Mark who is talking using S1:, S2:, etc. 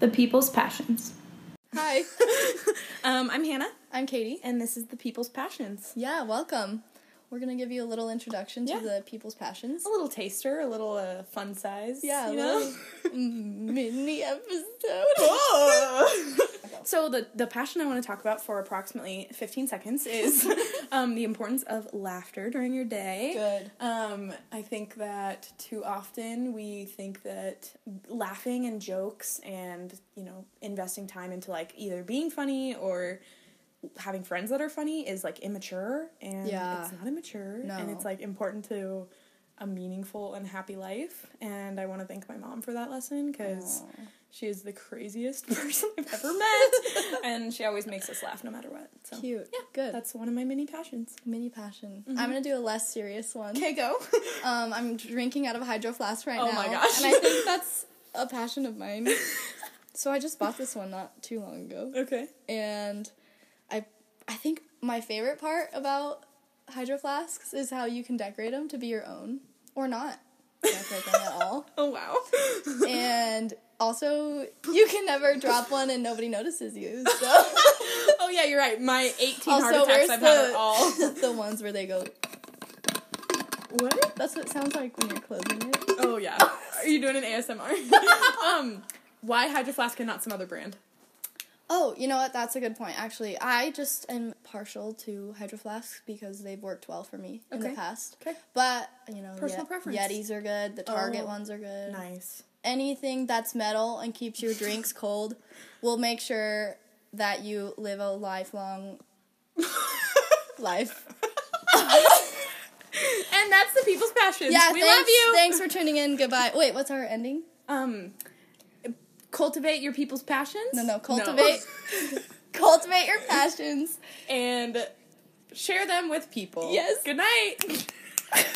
S1: The People's Passions.
S2: Hi,
S1: Um, I'm Hannah,
S2: I'm Katie.
S1: and this is The People's Passions.
S2: Yeah, welcome. We're gonna give you a little introduction to
S1: Yeah.
S2: the people's passions.
S1: A little taster, a little uh, fun size.
S2: Yeah,
S1: you
S2: a
S1: know.
S2: little mini episode.
S1: so the the passion I want to talk about for approximately 15 seconds is um, the importance of laughter during your day.
S2: Good.
S1: Um, I think that too often we think that laughing and jokes and, you know, investing time into like either being funny or having friends that are funny is like immature and
S2: Yeah.
S1: it's not immature and
S2: No.
S1: it's like important to a meaningful and happy life and I want to thank my mom for that lesson cuz she is the craziest person I've ever met and she always makes us laugh no matter what. So
S2: Cute.
S1: Yeah.
S2: Good.
S1: that's one of my mini passions.
S2: mini passion. I'm gonna do a less serious one.
S1: Okay, go.
S2: Um, I'm drinking out of a hydro flask right
S1: Oh
S2: now.
S1: my gosh.
S2: And I think that's a passion of mine. so I just bought this one not too long ago,
S1: okay.
S2: and I I think my favorite part about hydro flasks is how you can decorate them to be your own or not decorate them at all.
S1: Oh wow.
S2: and also you can never drop one and nobody notices you. So
S1: Oh yeah, you're right. My 18
S2: also
S1: heart attacks
S2: where's
S1: I've had are all.
S2: the, the ones where they go
S1: What?
S2: that's what it sounds like when you're closing it.
S1: Oh yeah. Are you doing an ASMR? um, why Hydro Flask and not some other brand?
S2: Oh, you know what? That's a good point. Actually, I just am partial to Hydro Flasks because they've worked well for me in
S1: Okay.
S2: the past.
S1: Okay.
S2: But, you know,
S1: Personal
S2: Ye-
S1: preference.
S2: Yetis are good, the Target
S1: Oh.
S2: ones are good.
S1: Nice.
S2: Anything that's metal and keeps your drinks cold will make sure that you live a lifelong life.
S1: And that's the people's passions.
S2: Yeah,
S1: we
S2: thanks,
S1: love you.
S2: Thanks for tuning in. Goodbye. Wait, what's our ending?
S1: Um, cultivate your people's passions.
S2: No, no, cultivate- Cultivate your passions.
S1: and share them with people.
S2: Yes.
S1: Good night.